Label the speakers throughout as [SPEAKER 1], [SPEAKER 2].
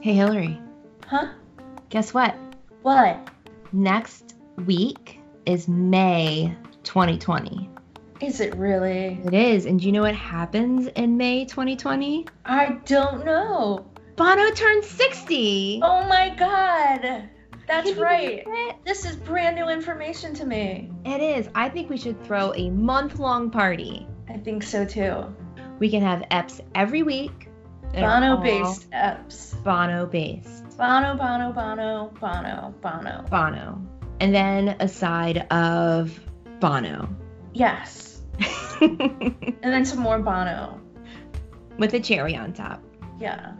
[SPEAKER 1] Hey, Hillary.
[SPEAKER 2] Huh?
[SPEAKER 1] Guess what?
[SPEAKER 2] What?
[SPEAKER 1] Next week is May 2020.
[SPEAKER 2] Is it really?
[SPEAKER 1] It is. And do you know what happens in May 2020?
[SPEAKER 2] I don't know.
[SPEAKER 1] Bono turns 60.
[SPEAKER 2] Oh my god. That's
[SPEAKER 1] Can you
[SPEAKER 2] right.
[SPEAKER 1] believe it?
[SPEAKER 2] This is brand new information to me.
[SPEAKER 1] It is. I think we should throw a month long party.
[SPEAKER 2] I think so too.
[SPEAKER 1] We can have EPs every week. that are
[SPEAKER 2] Bono
[SPEAKER 1] all
[SPEAKER 2] based EPS.
[SPEAKER 1] Bono based.
[SPEAKER 2] Bono, Bono, Bono, Bono, Bono.
[SPEAKER 1] Bono. And then a side of Bono.
[SPEAKER 2] Yes. And then some more Bono.
[SPEAKER 1] With a cherry on top.
[SPEAKER 2] Yeah.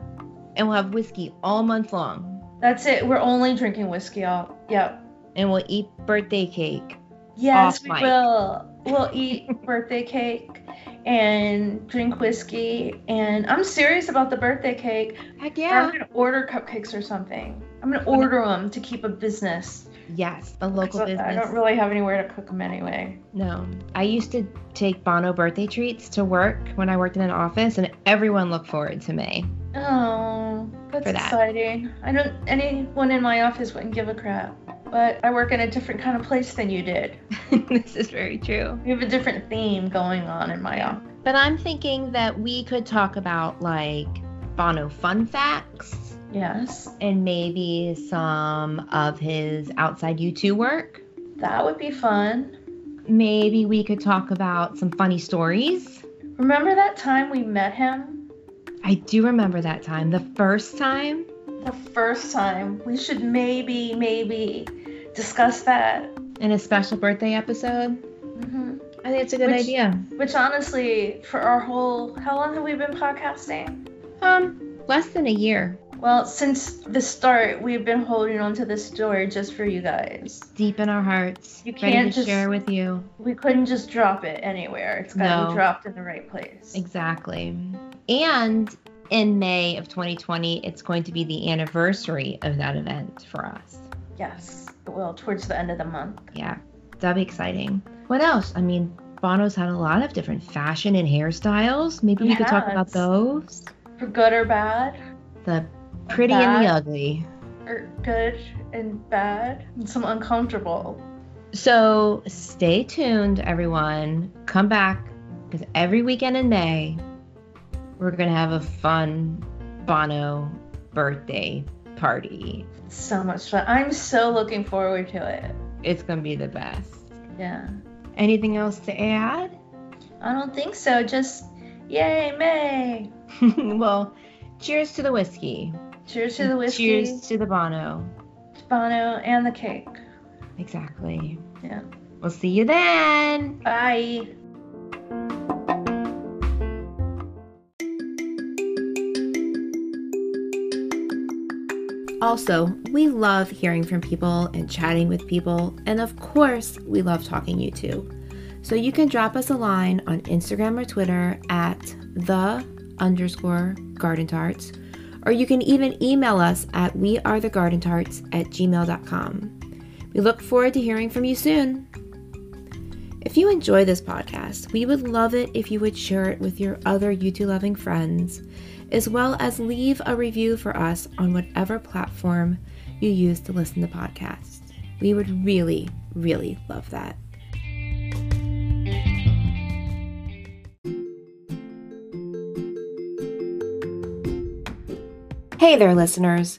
[SPEAKER 1] And we'll have whiskey all month long.
[SPEAKER 2] That's it. We're only drinking whiskey all. Yep.
[SPEAKER 1] And we'll eat birthday cake.
[SPEAKER 2] Yes,
[SPEAKER 1] Off
[SPEAKER 2] we
[SPEAKER 1] mic.
[SPEAKER 2] will. We'll eat birthday cake and drink whiskey. And I'm serious about the birthday cake.
[SPEAKER 1] Heck
[SPEAKER 2] I'm gonna order cupcakes or something. I'm gonna order them to keep a business.
[SPEAKER 1] Yes, a local
[SPEAKER 2] 'Cause I-
[SPEAKER 1] business.
[SPEAKER 2] I don't really have anywhere to cook them anyway.
[SPEAKER 1] No. I used to take Bono birthday treats to work when I worked in an office, and everyone looked forward to May.
[SPEAKER 2] Oh, that's
[SPEAKER 1] For that.
[SPEAKER 2] exciting. I don't. Anyone in my office wouldn't give a crap. But I work in a different kind of place than you did.
[SPEAKER 1] this is very true.
[SPEAKER 2] We have a different theme going on in my office.
[SPEAKER 1] But I'm thinking that we could talk about like Bono fun facts
[SPEAKER 2] Yes,
[SPEAKER 1] and maybe some of his outside U2 work.
[SPEAKER 2] that would be fun.
[SPEAKER 1] Maybe we could talk about some funny stories.
[SPEAKER 2] Remember that time we met him?
[SPEAKER 1] I do remember that time, the first time.
[SPEAKER 2] The first time. We should maybe, maybe discuss that.
[SPEAKER 1] in a special birthday episode.
[SPEAKER 2] hmm
[SPEAKER 1] I think it's a good
[SPEAKER 2] Which-
[SPEAKER 1] idea.
[SPEAKER 2] Which honestly, for our whole how long have we been podcasting?
[SPEAKER 1] Um, less than a year,
[SPEAKER 2] Well, since the start, we've been holding on to this story just for you guys.
[SPEAKER 1] deep in our hearts.
[SPEAKER 2] You
[SPEAKER 1] ready
[SPEAKER 2] can't
[SPEAKER 1] to
[SPEAKER 2] just-
[SPEAKER 1] share with you.
[SPEAKER 2] We couldn't just drop it anywhere. It's got to
[SPEAKER 1] No.
[SPEAKER 2] be dropped in the right place.
[SPEAKER 1] Exactly. And in May of 2020, it's going to be the anniversary of that event for us.
[SPEAKER 2] Yes, it will towards the end of the month.
[SPEAKER 1] Yeah, that'll be exciting. What else? I mean, Bono's had a lot of different fashion and hairstyles. Maybe
[SPEAKER 2] He
[SPEAKER 1] we could talk about
[SPEAKER 2] has.
[SPEAKER 1] those.
[SPEAKER 2] For good or bad,
[SPEAKER 1] The pretty and the
[SPEAKER 2] Bad.
[SPEAKER 1] ugly.
[SPEAKER 2] or good and bad, and some uncomfortable.
[SPEAKER 1] So stay tuned, everyone. Come back because every weekend in May, we're going to have a fun Bono birthday party.
[SPEAKER 2] So much fun. I'm so looking forward to it.
[SPEAKER 1] It's going to be the best.
[SPEAKER 2] Yeah.
[SPEAKER 1] Anything else to add?
[SPEAKER 2] I don't think so. Just yay, May.
[SPEAKER 1] well, cheers to the whiskey.
[SPEAKER 2] Cheers to the whiskey,
[SPEAKER 1] Cheers to the Bono.
[SPEAKER 2] Bono, and the cake.
[SPEAKER 1] Exactly.
[SPEAKER 2] Yeah.
[SPEAKER 1] We'll see you then.
[SPEAKER 2] Bye.
[SPEAKER 1] Also, we love hearing from people and chatting with people, and of course, we love talking you too. So you can drop us a line on Instagram or Twitter at the underscore garden tarts, or you can even email us at wearethegardentarts at gmail.com. We look forward to hearing from you soon. If you enjoy this podcast, we would love it if you would share it with your other YouTube loving friends as well as leave a review for us on whatever platform you use to listen to podcasts. We would really, really love that. Hey there, listeners.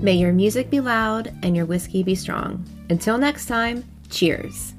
[SPEAKER 1] May your music be loud and your whiskey be strong. Until next time, cheers.